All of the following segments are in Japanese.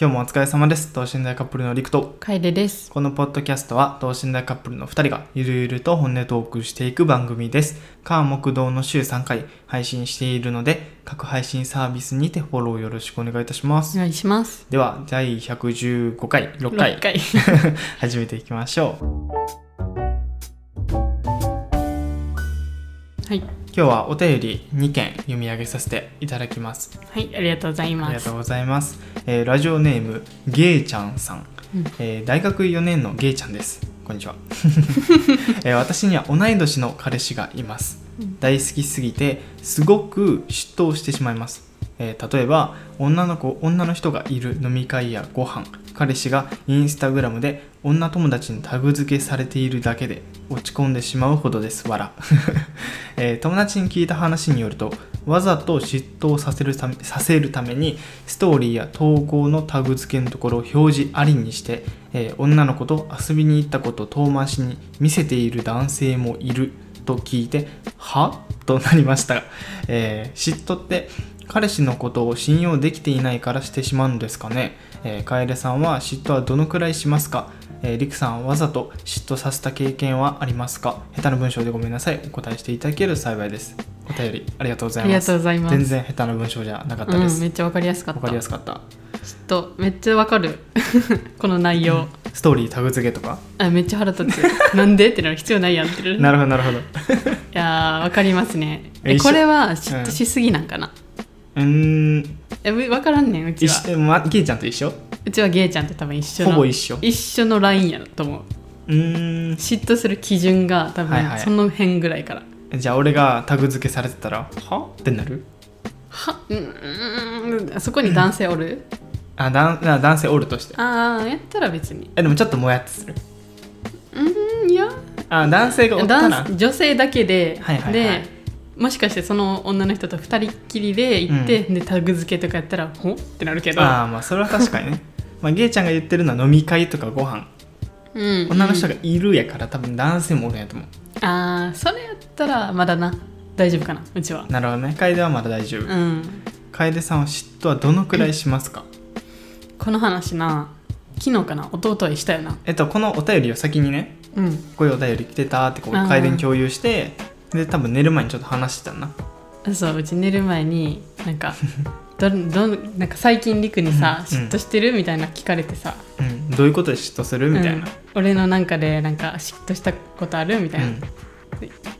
今日もお疲れ様です等身大カップルのりくとカエデです。このポッドキャストは等身大カップルの2人がゆるゆると本音トークしていく番組です火木道の週3回配信しているので各配信サービスにてフォローよろしくお願いいたしますお願いします。では第115回6回六回。 始めていきましょうはい。今日はお便り2件読み上げさせていただきますはい、ありがとうございありまがすとう。ございます、えーラジオネームゲイちゃんさん、うんえー大学4年のゲイちゃんですこんにち は、えー私には同い年の彼氏がいます、うん大好きすぎてすごく嫉妬してしまいます、えー例えば女の子女の人がいる飲み会やご飯彼氏がインスタグラムで女友達にタグ付けされているだけで落ち込んでしまうほどですわら、えー友達に聞いた話によるとわざと嫉妬させるためさせるためにストーリーや投稿のタグ付けのところを表示ありにして、えー女の子と遊びに行ったことを遠回しに見せている男性もいると聞いてはとなりましたが、えー嫉妬って彼氏のことを信用できていないからしてしまうのですかね、えー、楓さんは嫉妬はどのくらいしますかえー、りくさんわざと嫉妬させた経験はありますか下手な文章でごめんなさいお答えしていただけると幸いですお便りありがとうござあいりまがすとうございます。全然下手な文章じゃなかったでうん、すめわ、っちゃわかりやすかった。かりやすかったちょっとめっちゃわかる。 この内容。ストーリータグ付けとかあ、めっちゃ腹立つ。 なんでってなる必要ないやんってる。いなるほどなるほどやー、わかりますね。ええ、一緒これは嫉妬しすぎなんかな。うーんえ、わからんねん。うち一は。緒まゲイちゃんと一緒うちはゲイちゃんと多分一緒の。ほぼ一緒一緒のラインやと思う。うーん嫉妬する基準が多はいは分いその辺ぐらいから。じゃあ俺がタグ付けされてたらはってなるは、うんうんうん、そこに男性おる。あだんあ男性おるとしてああやったら別にえでもちょっともやっとするうんいやあ男性がおったら男女性だけで、はいはいはいでもしかしてその女の人と二人っきりで行って、でタグ付けとかやったらほってなるけど、ああまあそれは確かに ねまあゲイちゃんが言ってるのは飲み会とかご飯うん、女の人が、がいるやから多分男性もおるんやと思ああそれやったらまだな大丈夫かなうちはうなるほどね楓はまだ大丈夫うん楓さんは嫉妬はどのくらいしますかこの話な昨日かな弟はしたよなえっとこのお便りを先にねうんこういうお便り来てたってこうあー楓に共有してで多分寝る前にちょっと話してたんなそううち寝る前になんか どんどんなんか最近りくにさ、うん嫉妬してるみたいな聞かれてさ、うんどういうことで嫉妬するみたいうんな、俺のなんかでなんか嫉妬したことあるみたいな、うんっ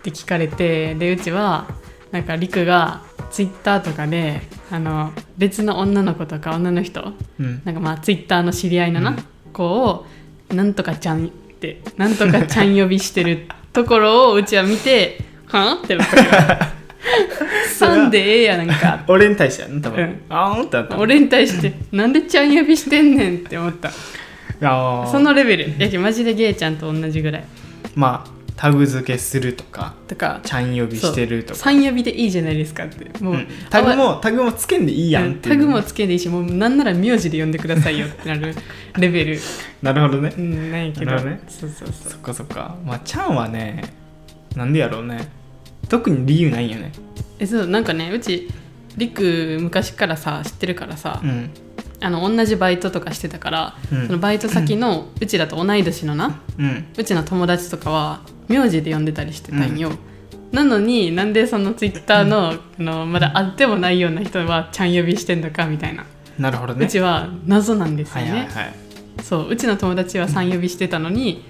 て聞かれてでうちはなんかりくがツイッターとかであの別の女の子とか女の人うんなんかまあツイッターの知り合いのな、うん子を「なんとかちゃん」って「なんとかちゃん呼びしてるところをうちは見て「はん?」ってなった から「さんでええやなんか俺に対してやんな多分、うんあーんってなった」俺に対して「なんでちゃん呼びしてんねん」って思ったあーそのレベルやけマジでゲイちゃんと同じぐらいまあタグ付けするとかとかちゃん呼びしてるとか、 3呼びでいいじゃないですかってもう、うんタグもタグもつけんでいいやんっていタうグもつけていいしもうなんなら名字で呼んでくださいよってなるレベ ル、なるほどねうん、ないけどなるほどねそうそうそうそっかそっかまあちゃんはねなんでやろうね特に理由ないんよねえそうなんかねうちりく昔からさ知ってるからさ、うんあの同じバイトとかしてたから、うんそのバイト先のうちだと同い年のなうんうちの友達とかは名字で呼んでたりしてたんよ、なのになんでそのツイッターの,、あのまだ会ってもないような人はちゃん呼びしてんのかみたいな、なるほどねうちは謎なんですはよいね、はいはいそううちの友達は3呼びしてたのに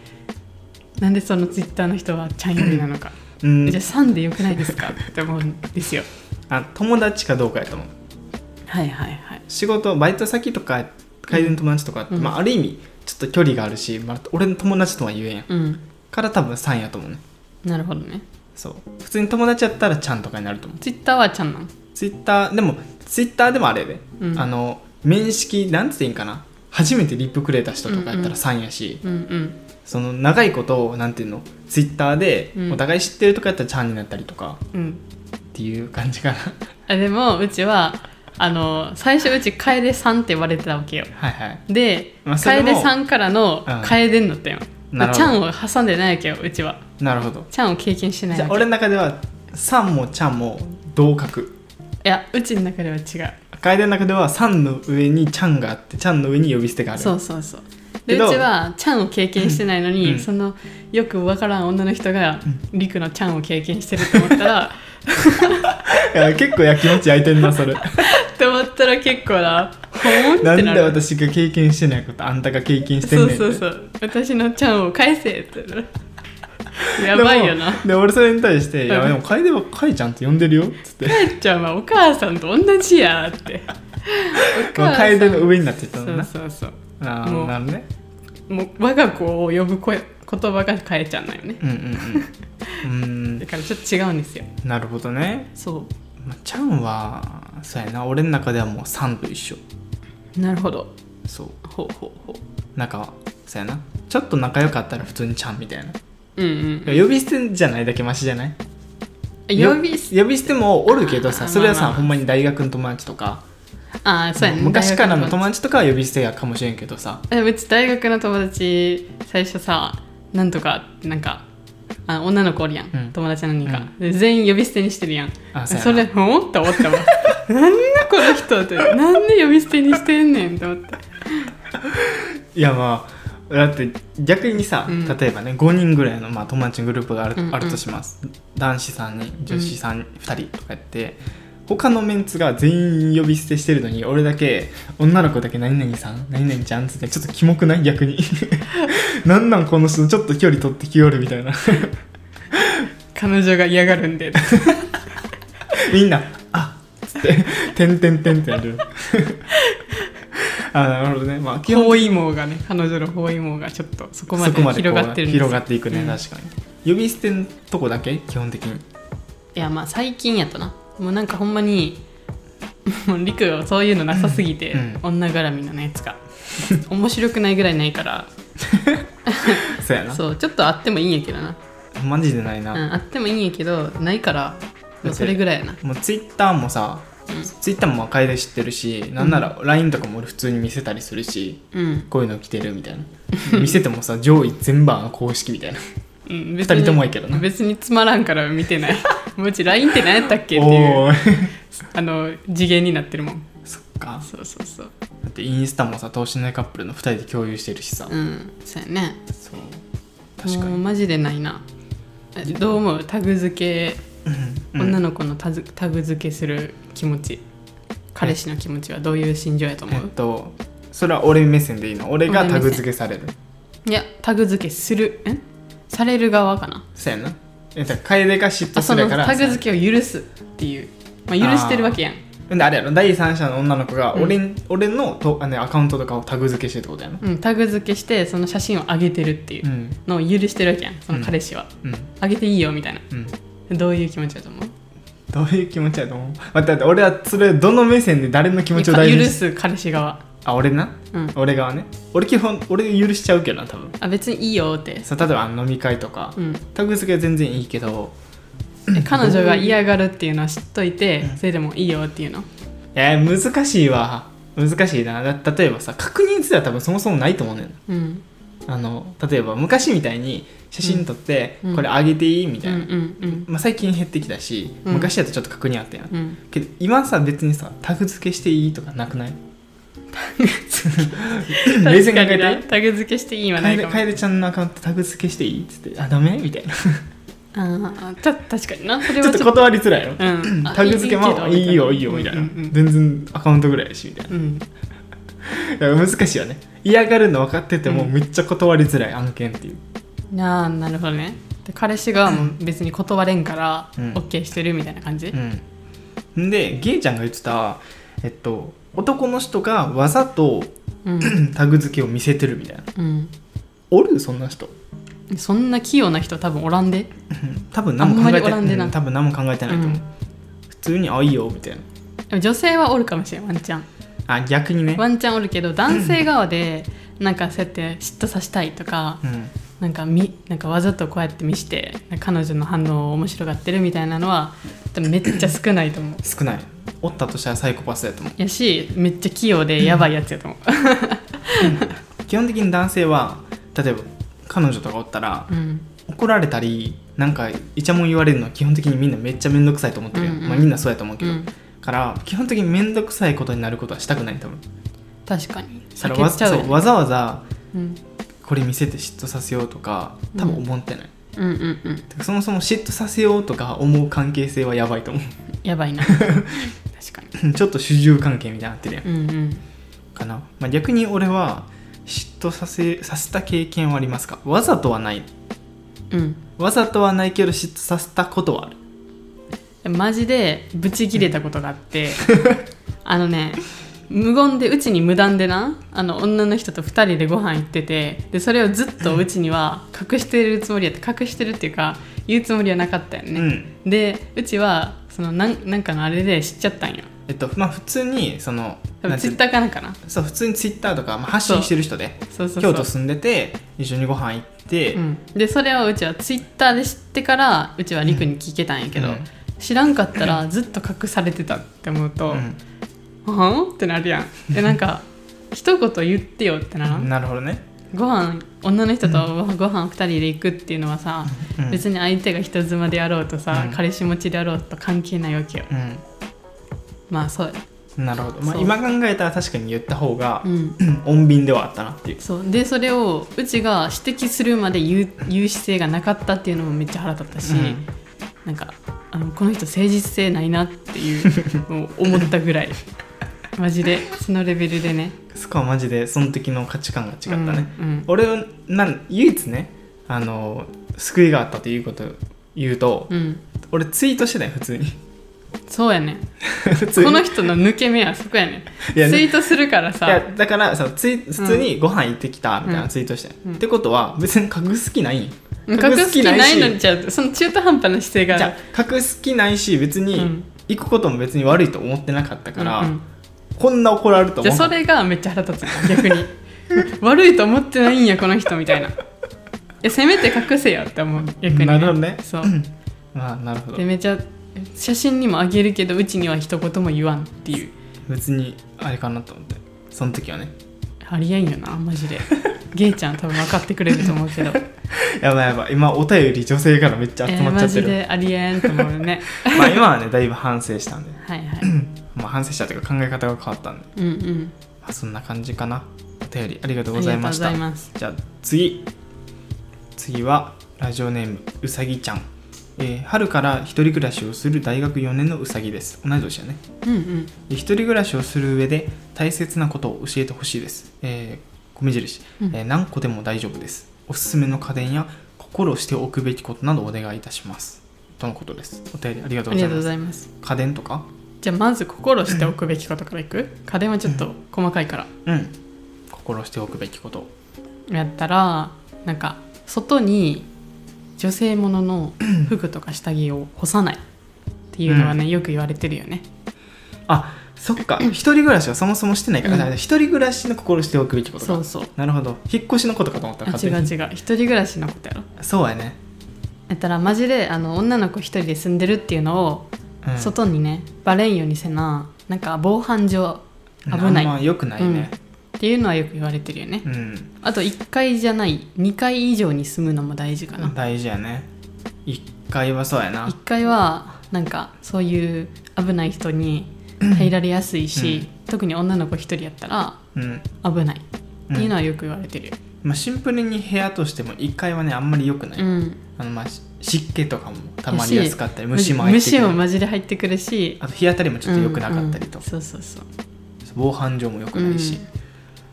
なんでそのツイッターの人はちゃん呼びなのか、うんじゃあ3でよくないですかって思うんですよあ友達かどうかやと思うはいはいはい仕事バイト先とか会社の友達とかって、うんまあ、ある意味ちょっと距離があるし、まあ、俺の友達とは言えんやんうんから多分3やと思うねなるほどねそう普通に友達やったらちゃんとかになると思うツイッターはちゃんなんツイッターでもツイッターでもあれやで、うんあの面識なんつっていいんかな初めてリップくれた人とかやったうんうらん3やし、うんうんその長いことをなんていうのツイッターでうんお互い知ってるとかやったらちゃんになったりとかうんっていう感じかな あでもうちはあの最初うち楓さんって呼ばれてたわけよはいはいで、まあそれも楓さんからのうん楓になったよ、なるほどちゃんを挟んでないわけようちはなるほどちゃんを経験してないじゃわあけ俺の中では「さん」も「ちゃん」も同格いやうちの中では違う楓の中では「さん」の上に「ちゃん」があって「ちゃん」の上に呼び捨てがあるそうそうそうでけどうちはちゃんを経験してないのに、うんそのよくわからん女の人がりくのちゃんを経験してると思ったら いや結構やきもち焼いてんな それと思ったら結構なほーんってななんるで私が経験してないことあんたが経験してんねそんっうてそうそう私のちゃんを返せって なるやばいよでなもで俺それに対して「 んいやでも楓は楓ちゃんって呼んでるよ」っつっ てかえちゃんはお母さんと同じやって おまあさん楓の上になってたんだなそうそうあもあうなるねそうもう我が子を呼ぶ声言葉がかえちゃんなんよねうんうんう んうだからちょっと違うんですよーんなるほどね、そまあ、ちゃんはそうやな俺の中ではもう「さん」と一緒うなるほどそうほうほうほなんかそうやなちょっと仲良かったら普通に「ちゃん」みたいなううん呼び捨てじゃないだけマシじゃないうんよ呼び捨て呼び捨てもおるけどあさーそれはまあさまあほんまに大学の友達とかああそうやね昔からの大学友達とかは呼び捨てやかもしれんけどさえうち大学の友達最初さなんとかってなんかあ女の子おるやん、うん友達何人か、で全員呼び捨てにしてるやんあそうやなそれほん って思ったわなんだこの人ってなんで呼び捨てにしてんねんって思っていやまあだって逆にさ、うん例えばね5人ぐらいの、まあ、友達のグループがある,、うんうんあるとします男子3人女子3、2人とかやって他のメンツが全員呼び捨てしてるのに俺だけ女の子だけ何々さん何々ちゃんっつってちょっとキモくない逆 になんなんこの人ちょっと距離取ってきよるみたいな 彼女が嫌がるんでみんなあっつって「てんてんてん」ってやる あなるほどねまあ基本包囲網がね彼女の包囲網がちょっとそこまでそこまでこう広がってるんですよ広がっていくね、うん確かに呼び捨てのとこだけ基本的にいやまあ最近やとなもうなんかほんまに もうりくはそういうのなさすぎて、うん女絡みのやつが面白くないぐらいないからそうやなそうちょっとあってもいいんやけどな、マジでないな、うん、あってもいいんやけどないからだもっうてそれぐらいやなもうツイッターもさ、ツイッターも楓知ってるしなんなら LINE とかも俺普通に見せたりするし、うん、こういうの着てるみたいな見せてもさ上位全番公式みたいなうん、二人ともやけどな別につまらんから見てない もううち LINE って何やったっけっていうおーあの次元になってるもんそっかそうそうそうだってインスタもさ等身大カップルの2人で共有してるしさ、うんそうやねそう確かもうにマジでないなえどう思うタグ付け、女の子のタズタグ付けする気持ち彼氏の気持ちはどういう心情やと思えっう、とそれは俺目線でいいの俺がタグ付けされるいやタグ付けするんされる側かなそうやなえだから楓が嫉妬あすそるのからタグ付けを許すっていう、まあ、許してるわけやんけであれやろ第三者の女の子がうん俺,、俺のとあ、ね、アカウントとかをタグ付けしてるってことやなうん、タグ付けしてその写真を上げてるっていううんのを許してるわけやんその彼氏は、うん上げていいよみたいなうんどういう気持ちだと思うどういう気持ちやと思う待って待って俺はそれどの目線で誰の気持ちを大事許にしす彼氏側、あ俺なうん、俺側ね俺基本俺許しちゃうけどな多分あ別にいいよって、そう例えばあの飲み会とか、 うん、タグ付けは全然いいけどえ彼女が嫌がるっていうのは知っといてそれでもいいよっていうのえー、難しいわ難しいなだ例えばさ確認すら多分そもそもないと思うねんなうんあの例えば昔みたいに写真撮って、うんこれあげていいみうたいんうな、んまあ、最近減ってきたし、うん昔だとちょっと確認あったやん、うんうんけど今さ別にさタグ付けしていいとかなくない冷静に考え確かにてなタグ付けしていいはないかもあ楓ちゃんのアカウントタグ付けしていいっつって「あダメ?」みたいなちーた確かになそれょはっちとょっと断りづらいようんあタグ付けまあいけどいよいいよみたいな、うんうん全然アカウントぐらいやしみたいうんうんなだから難しいよね嫌がるの分かっててもうんめっちゃ断りづらい案件っていうなあなるほどねで彼氏側も別に断れんからうん OK してるみたいな感じ、うんでゲイちゃんが言ってたえっと男の人がわざとうんタグ付けを見せてるみたいなうんおるそんな人そんな器用な人多分おらんで多分何も考えてあんまりおらんでなうん多分何も考えてないと思う、うん普通に「あいいよ」みたいなでも女性はおるかもしれんワンちゃんあ逆にねワンちゃんおるけど男性側でなんかそうやって嫉妬させたいとかうんなんかみなんかわざとこうやって見して彼女の反応を面白がってるみたいなのは多分めっちゃ少ないと思う少ないおったとしたらサイコパスやと思やしめっちゃ器用でやばいやつやと思うう基本的に男性は例えば彼女とかおったらうん怒られたりなんかイチャモン言われるのは基本的にみんなめっちゃ面倒くさいと思ってるやん、うんうんまあ、みんなそうやと思うけうど、んから基本的に面倒くさいことになることはしたくない多分確かにだから避わけちゃうそようねわざわざうんこれ見せて嫉妬させようとか多分思ってない、うんうんうんてかそもそも嫉妬させようとか思う関係性はやばいと思やばいな 確かにうちょっと主従関係みたいになってるやんうんうんかな、まあ、逆に俺は嫉妬させさせた経験はありますかわざとはないうんわざとはないけど嫉妬させたことはあるマジでブチ切れたことがあって あのね無言でうちに無断でなあの女の人と2人でご飯行っててでそれをずっとうちには隠してるつもりやって隠してるっていうか言うつもりはなかったようね、んでうちはそのなんなんかのあれで知っちゃったんよえっとまあ普通にその多なん分てツいイうッターかなんかなそう普通にツイッターとか、まあ、発信してる人でそうそうそう京都住んでて一緒にご飯行って、うん、でそれをうちはツイッターで知ってからうちはりくに聞けたんやけど、うん知らんかったらずっと隠されてたって思うと、うんはんってなるやんでなんか一言言ってよってならんなるほどね、ご飯女の人とご飯二人で行くっていうのはさ、うん別に相手が人妻であろうとさ、うん彼氏持ちであろうと関係ないわけようまあそうやん、なるほど、まあ、そう今考えたら確かに言った方がう、ん穏便ではあったなっていうそうでそれをうちが指摘するまで言う言う姿勢がなかったっていうのもめっちゃ腹立ったし、うんなんかあのこの人誠実性ないなっていうのを思ったぐらいマジでそのレベルでねそこはマジでその時の価値観が違ったね、、うんうん俺はなん唯一ねあの救いがあったということを言うと、うん、俺ツイートしてたよ普 通にそうやね普通にこの人の抜け目はそこやねいやツイートするからいやさだからさツイ普通にご飯行ってきたみたいなツイートして、うんってことは別に隠す気ないん隠隠すす気気ないしないのにちゃうその中途半端な姿勢がじゃあ隠す気ないし別うにん行くことも別に悪いと思ってなかったから、うんうんこんな怒られるとじ思ゃうあそれがめっちゃ腹立つの逆に 悪いと思ってないんやこの人みたいないやせめて隠せよって思う逆に、なるほどねそうああなるほどでめちゃ写真にもあげるけどうちには一言も言わんっていう別にあれかなと思ってその時はねありえんよなマ ジでゲイちゃん多分分かってくれると思うけどやばいやばい今お便り女性からめっちゃ集まっちゃってる、えーマジでありえんと思うねまあ今はねだいぶ反省したんで、は いはいまあ、反省したというか考え方が変わったんで、うんうんまあ、そんな感じかなお便りありがとうごありざがいとうごましざたいますじゃあ次次はラジオネームうさぎちゃん、えー春から一人暮らしをする大学4年のうさぎです同じ年だねうんうんで一人暮らしをする上で大切なことを教えてほしいです、えー米印、うんえー何個でも大丈夫ですおすすめの家電や心しておくべきことなどお願いいたしますとのことですお便りありがとうあごりざいまがとうすございます家電とかじゃあまず心しておくべきことからいく家電はちょっと細かいからうん心しておくべきことやったらなんか外に女性ものの服とか下着を干さないっていうのはね、よく言われてるよねあそっか一人暮らしはそもそもしてないから、うんだから一人暮らしの心しておくべきことかそうそうなるほど引っ越しのことかと思ったらあ違う勝手に違う一人暮らしのことやろそうやね、やったらマジであの女の子一人で住んでるっていうのをうん、外にねバレんようにせななんか防犯上危あなんまいっ良くないねていうのはよく言われてるよね、うん、あと1階じゃない2階以上に住むのも大事かな、大事やね一階はそうやな1階はなんかそういう危ない人に入られやすいし、特に女の子一人やったらうん、危ないっていうのはよく言われてるよ、まあ、シンプルに部屋としても1階はねあんまり良くない、うんあのまあし湿気とかもたまりやすかったり虫も入ってく虫るもマジで入ってくるしあと日当たりもちょっと良くなかったりと、うんうんそうそうそう防犯上も良くないし、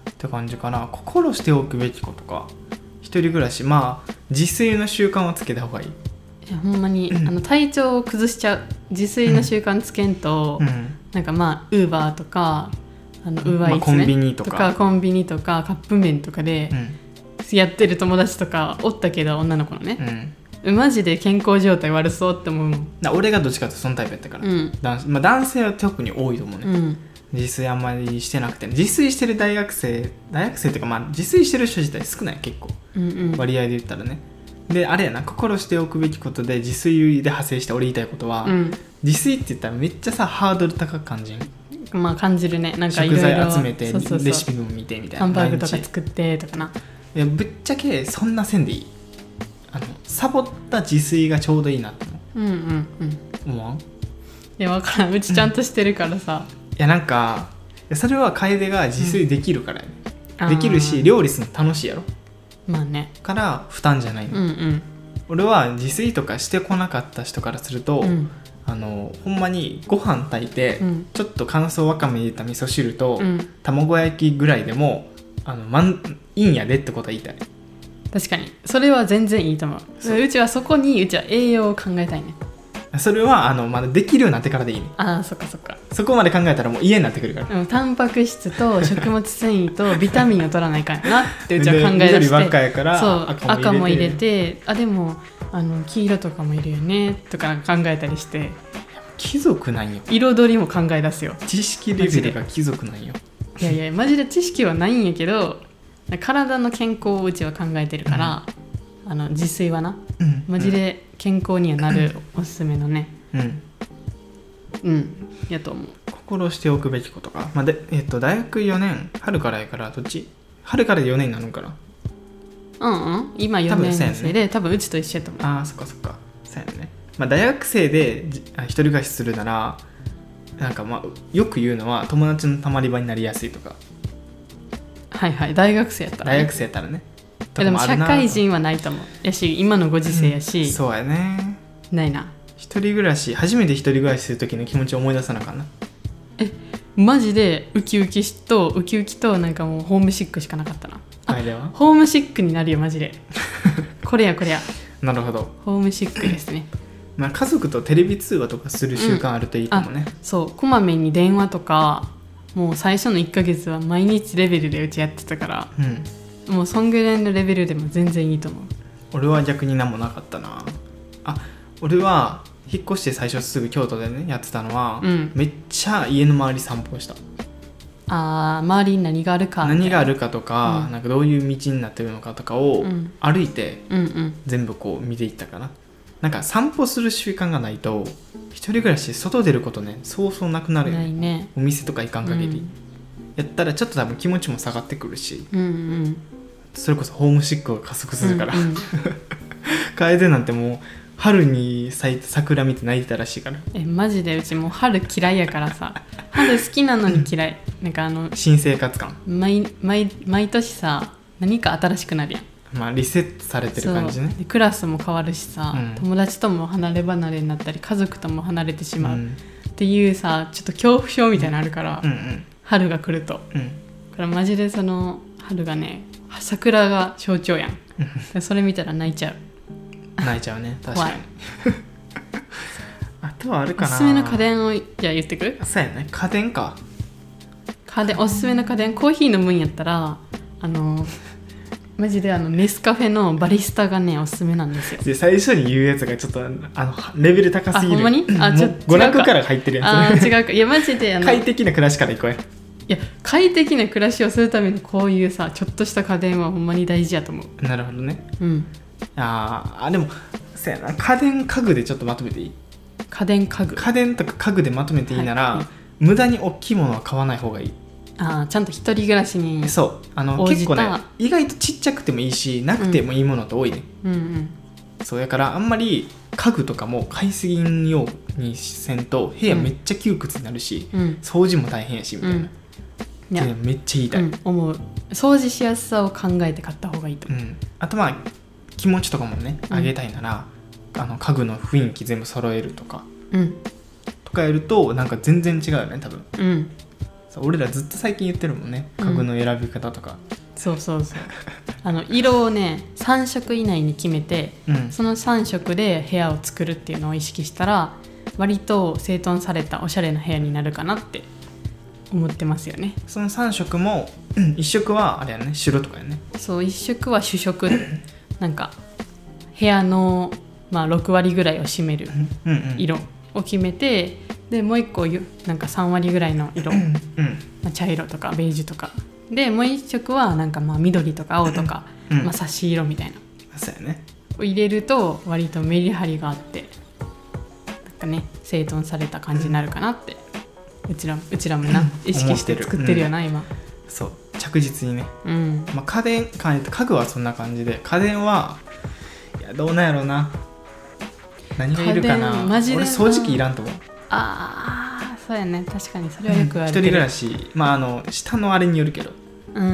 って感じかな心しておくべきことか一人暮らしまあ自炊の習慣はつけた方がいい、いやほんまに、あの体調を崩しちゃう自炊の習慣つけんと、うん、なんかまあウーバーとかあのウーまバーあイコンビニととかかコンビニとかカップ麺とかでうんやってる友達とかおったけど女の子のうね、ん、マジで健康状態悪そうって思うもんな俺がどっちかっていうとそのタイプやったから、うん男まあ、男性は特に多いと思うね、うん自炊あんまりしてなくて自炊してる大学生大学生っていうかまあ自炊してる人自体少ない結構うんうん割合で言ったらねであれやな心しておくべきことで自炊で派生して俺言いたいことは、うん自炊って言ったらめっちゃさハードル高く感じんまあ感じるねなんかいろ食いろ材集めてそうそうそうレシピも見てみたいなハンバーグと毎か日作ってとかないやぶっちゃけそんな線でいいあのサボった自炊がちょうどいいなってうんうんうん思わんいや分からんうちちゃんとしてるからさ、いやなんかそれは楓が自炊できるからやね、あーできるし料理するの楽しいやろまあねから負担じゃないの、うんうん俺は自炊とかしてこなかった人からすると、うんあのほんまにご飯炊いて、うんちょっと乾燥わかめ入れた味噌汁と、うん卵焼きぐらいでもあのまんいいんやでってことは言いたい確かにそれは全然いいと思そうううちはそこにうちは栄養を考えたいねそれはあのまだできるようになってからでいいねああそっかそっかそこまで考えたらもう家になってくるからでもタンパク質と食物繊維とビタミンを取らないかんやなってうちは考え出してで緑ばっかやからそう赤も入れててあでもあの黄色とかもいるよねとか考えたりして貴族なんよ彩りも考え出すよ知識レベルが貴族なんよいやい やマジで知識はないんやけど体の健康をうちは考えてるから、あの自炊はなうんマジで健康にはなるおすすめのねうんうんやと思う心しておくべきことが、まあでえっと大学4年春からやからどっち春から4年になるんかなうんうん今多4分年そうやんね生で多分うちと一緒やと思うあーそっかそっかそうやね、まあ、大学生でじあ一人暮らしするならなんかまあよく言うのは友達のたまり場になりやすいとかはいはい大学生やったらね、大学生やったらねいやでもとか社あるなと会人はないと思うやし今のご時世やし、そうやねないな一人暮らし初めて一人暮らしする時の気持ちを思い出さなあかんなマジでウキウキしとウキウキとなんかもうホームシックしかなかったなあれはホームシックになるよマ ジでこれやこれやなるほど、ホームシックですねまあ、家族とテレビ通話とかする習慣あるといいかもね、そうこまめに電話とかもう最初の1ヶ月は毎日レベルでうちやってたからうんもうそんぐらいのレベルでも全然いいと思う俺は逆に何もなかったなあ俺は引っ越して最初すぐ京都でねやってたのは、うんめっちゃ家の周り散歩したあー周りに何があるか何があるるかとか,、うんなんかどういう道になってるのかとかをうん歩いてうんうん全部こう見ていったかな、なんか散歩する習慣がないと一人暮らしで外出ることねそうそうなくなるよなねいねお店とか行かん限り、うんやったらちょっと多分気持ちも下がってくるしうんうんそれこそホームシックが加速するから、うんうん楓なんてもう春に咲いた桜見て泣いてたらしいからえマジでうちもう春嫌いやからさ春好きなのに嫌いなんかあの新生活感毎毎毎年さ何か新しくなるやんまあリセットされてる感じねそうでクラスも変わるしさ、うん友達とも離れ離れになったり家族とも離れてしまう、うんっていうさちょっと恐怖症みたいなのあるから、うんうん春が来るとうんこれマジでその春がね桜が象徴やんでそれ見たら泣いちゃう泣いちゃうね確かにあとはあるおかなすすめの家電をじゃあ言ってくるそうやね家電か家電おすすめの家電コーヒー飲むんやったらあのマジであのネスカフェのバリスタがねおすすめなんですよで最初に言うやつがちょっとあのレベル高すぎるあほんまにあもうちょっと娯違う楽かから入ってるあやあつね違うかいやマジであの快適な暮らしから行こうやいや快適な暮らしをするためのこういうさちょっとした家電はほんまに大事やと思うなるほどねうんあーあでもそうやな家電家具でちょっとまとめていい家電家具家電とか家具でまとめていいなら、はい無駄に大きいものは買わない方がいい、あーちゃんと一人暮らしにそうあの応結じた構ね意外とちっちゃくてもいいしなくてもいいものって多いね、うんうんそうやからあんまり家具とかも買いすぎんようにせんと部屋めっちゃ窮屈になるし、うん掃除も大変やしみたいな、うんいやってめっちゃ言いたうい、ん、思う掃除しやすさを考えて買った方がいいとう思ん、あとまあ気持ちとかもねうん上げたいなら、あの家具の雰囲気全部揃えるとかううんとかやるとなんか全然違うよね多分うんそう俺らずっと最近言ってるもんねうん家具の選び方とかそうそうそう あの色をね3色以内に決めてうん、その3色で部屋を作るっていうのを意識したら割と整頓されたおしゃれな部屋になるかなって思ってますよねその3色も、 うん、1色はあれやね白とかやねそう一色は主食 なんか部屋の、まあ、6割ぐらいを占めるうんうん色を決めてでもう一個よなんか3割ぐらいの色うんまあ、茶色とかベージュとかでもう一色はなんかまあ緑とか青とか、うんまあ、差し色みたいなそうやねを入れると割とメリハリがあってなんかね整頓された感じになるかなって、うちらうちらもな意識して思ってる作ってるよな、今そう着実にね、うんまあ、家電家家具はそんな感じで家電はいやどうなんやろうな何がいるか家な電マジで俺な掃除機いらんと思うああそうやね確かにそれはよく言わ一人れて暮るらしまああの下のあれによるけどうんう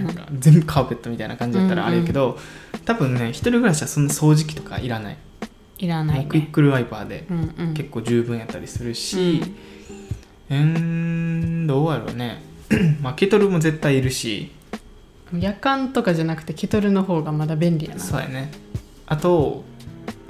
んなんか全部カーペットみたいな感じだったらうんあうんれやけど、多分ね一人暮らしはそんな掃除機とかいらないいらなもういクイッねクルワイパーでうんうん結構十分やったりするしうんんどうやろうね まあケトルも絶対いるしうん夜間とかじゃなくてケトルの方がまだ便利やなそうやねあと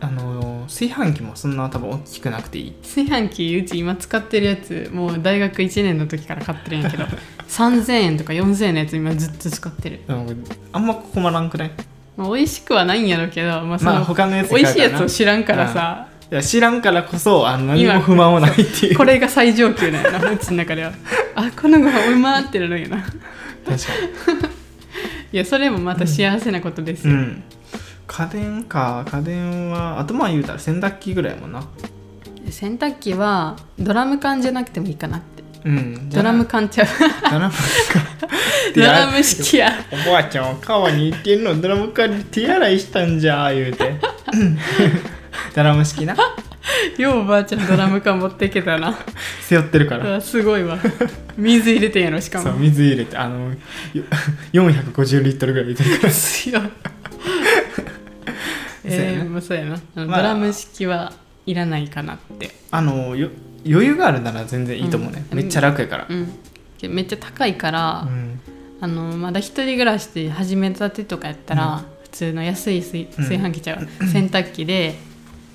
あの炊飯器もそんな多分大きくなくていい炊飯器うち今使ってるやつもう大学1年の時から買ってるんやけど 3000円とか4000円のやつ今ずっと使ってる、うんあんま困らんくないまあ、美味しくはないんやろうけど、まあ、その、まあ他のやつ美味買しいうかなやつを知らんからさ、いや知らんからこそあの何今も不満はないっていうこれが最上級なんやなうちの中 ではあこのご飯うまーってなるんやな確かいやそれもまた幸せなことですにうよ、ん家電か家電はあとまあ言うたら洗濯機ぐらいやもんな洗濯機はドラム缶じゃなくてもいいかなってうんドラム缶ちゃうドラム かドラム式やおばあちゃんは川に行ってんのドラム缶で手洗いしたんじゃ言うて ドラム式なようおばあちゃんドラム缶持ってけたな背負ってるかうらわすごいわ水入れてんやろしかそもう水入れてあのよ450リットルぐらい入れてるから 強いえー、もうそうやなあのまあドラム式はいらないかなってあのよ余裕があるなら全然いいと思うね、うんめっちゃ楽やからうんけどめっちゃ高いから、うんあのまだ一人暮らしで始めたてとかやったら、普通の安い炊うん炊飯器ちゃう、洗濯機で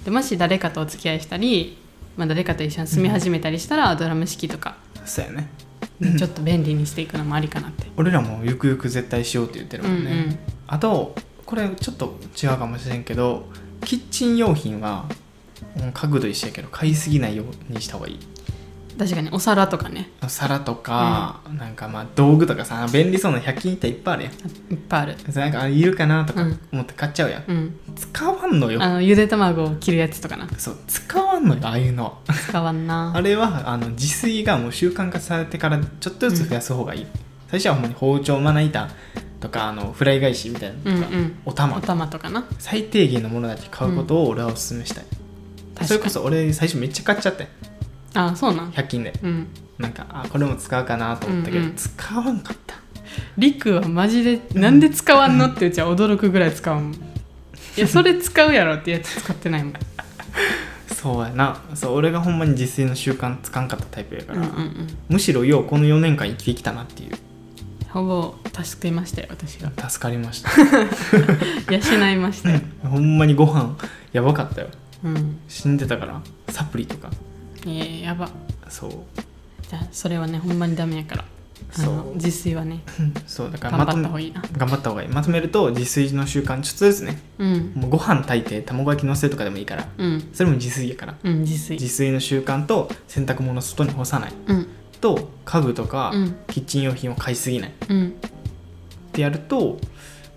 でもし誰かとお付き合いしたり、まあ、誰かと一緒に住み始めたりしたら、ドラム式とかそうやねちょっと便利にしていくのもありかなって、俺らもゆくゆく絶対しようって言ってるうもんうんね、ん、あとこれちょっと違うかもしれんけどキッチン用品はうん家具と一緒やけど買いすぎないようにした方がいい確かにお皿とかね皿とか、なんかまあ道具とかさ便利そうな100均っていっぱいあるやんいっぱいあるそれなんかあいるかなとかうん思って買っちゃうやん、うん使わんのよあのゆで卵を切るやつと かなそう使わんのよああいうの使わんなあれはあの自炊がもう習慣化されてからちょっとずつ増やす方がいい、最初はほんまに包丁まな板とかあのフライ返しみたいなのとうんうか、んお玉お玉とかな最低限のものだけ買うことを俺はおすすめしたい、確それかこにそ俺最初めっちゃ買っちゃってあそうなん100均でうんなんかあこれも使うかなと思ったけど、うんうん使わんかったりくはマジでなんで使わんのってうちは驚くぐらい使う もんいやそれ使うやろってやつ使ってないもんそうやなそう俺がほんまに自炊の習慣つかんかったタイプやかうんら、うんうんむしろようこの4年間生きてきたなっていうほぼ助けましたよ私が助かりました 養いましたよほんまにご飯やばかったようん死んでたからサプリとかえー、やばそうじゃあそれはねほんまにダメやからあそのう自炊はねそうだから頑まとめ張った方がいいな頑張った方がいいまとめると自炊の習慣ちょっとですねうんもうご飯炊いて卵焼きのせるとかでもいいからうんそれも自炊やからうん自炊自炊の習慣と洗濯物を外に干さないうんと家具とかうんキッチン用品を買いすぎないっうんてやると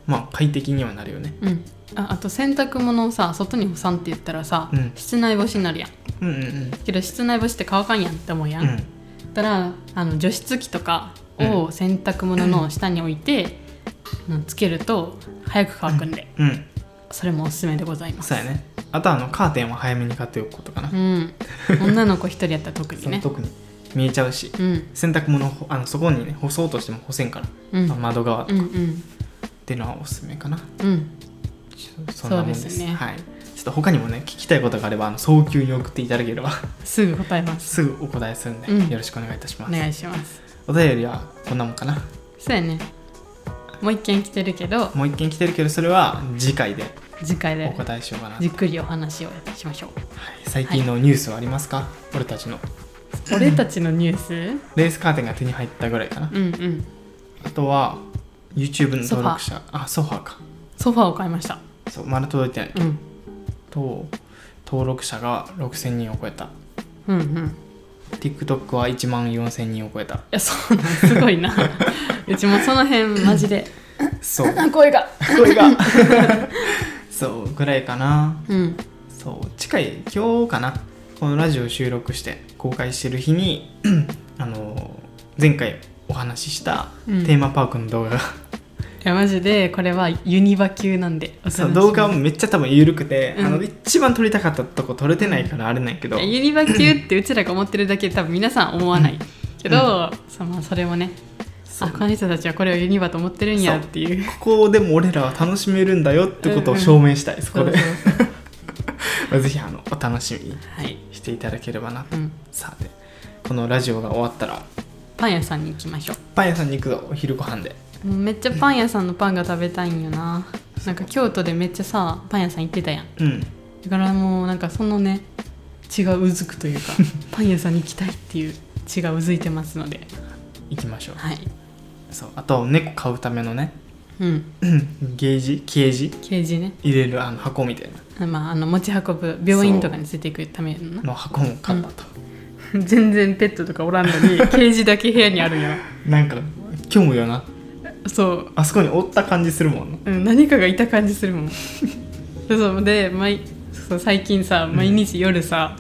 まあ快適にはなるよねうんああと洗濯物をさ外に干さんって言ったらさ、うん室内干しになるやんうんうんけど室内干しって乾かんやんって思うやうんうんったらあの除湿機とかを洗濯物の下に置いて、あのつけると早く乾くんで、うんそれもおすすめでございますそうやねあとあのカーテンは早めに買っておくことかな、うん、女の子一人やったら特に そのね特に見えちゃうしうん洗濯物をほあのそこにね干そうとしても干せんから、うんまあ窓側っうんうんていうのはおすすめかなうんちょそんなもんですそうですねはい、ちょっと他にもね聞きたいことがあればあの早急に送っていただければ すぐ答えますすぐお答えするんで、うんよろしくお願いいたしまおす、願いしますお便りはこんなもんかなそうやねもう一件来てるけどもう一件来てるけどそれは次回で次回おで答えしようかな、はじいっくりお話をしましょう最近のニュースはありますか、俺たちの俺たちのニュースレースカーテンが手に入ったぐらいかな、うんうんあとは YouTube の登録者あソファーかソファーを買いましたそうまだ届いてない、うんと登録者が6000人を超えたうんうん TikTok は1万4000人を超えたいやそうなんすごいな うちもその辺マジでそう声が 声が そうぐらいかなうんそう近い今日かなこのラジオ収録して公開してる日に あの前回お話ししたうんテーマパークの動画が、いやマジでこれはユニバ級なんでお楽しそみうに動画もめっちゃ多分緩くて、うんあの一番撮りたかったとこ撮れてないからあれなんやけど、ユニバ級ってうちらが思ってるだけで多分皆さん思わないけど、そうまあ、それもねそうあこの人たちはこれをユニバと思ってるんやっていうここでも俺らは楽しめるんだよってことを証明したい、そこで そうそうそうぜひあのお楽しみにはい、していただければなうん、さてこのラジオが終わったらパン屋さんに行きましょパン屋さんに行くぞお昼ご飯でうもうめっちゃパン屋さんのパンが食べたいんよななんか京都でめっちゃさパン屋さん行ってたやんうんだからもうなんかそのね血がうずくと いうかパン屋さんに行きたいっていう血がうずいてますので行きましょうはいそうあと猫買うためのねうんうんゲージケージケージね入れるあの箱みたいあまあ、あの持ち運ぶ病院とかについていくためのななの箱も買ったと、 全然ペットとかおらんの にケージだけ部屋にあるやんなんか虚無よなそう、あそこにおった感じするもんなうん、何かがいた感じするもん そうで毎そう最近さ毎日夜 さ、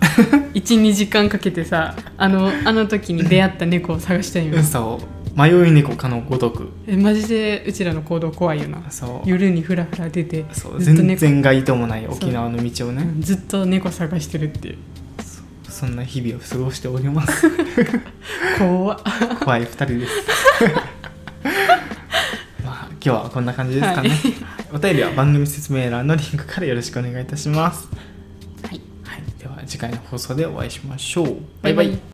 12時間かけてさあのあの時に出会った猫を探してんようんそう迷い猫かのごとくえマジでうちらの行動怖いよなそう夜にフラフラ出てそうずっと全猫然害ともない沖縄の道をうねんずっと猫探してるっていうそんな日々を過ごしております 怖っ怖い二人です まあ今日はこんな感じですかね、はお便りは番組説明欄のリンクからよろしくお願いいたします、はいはい、では次回の放送でお会いしましょうバイバイ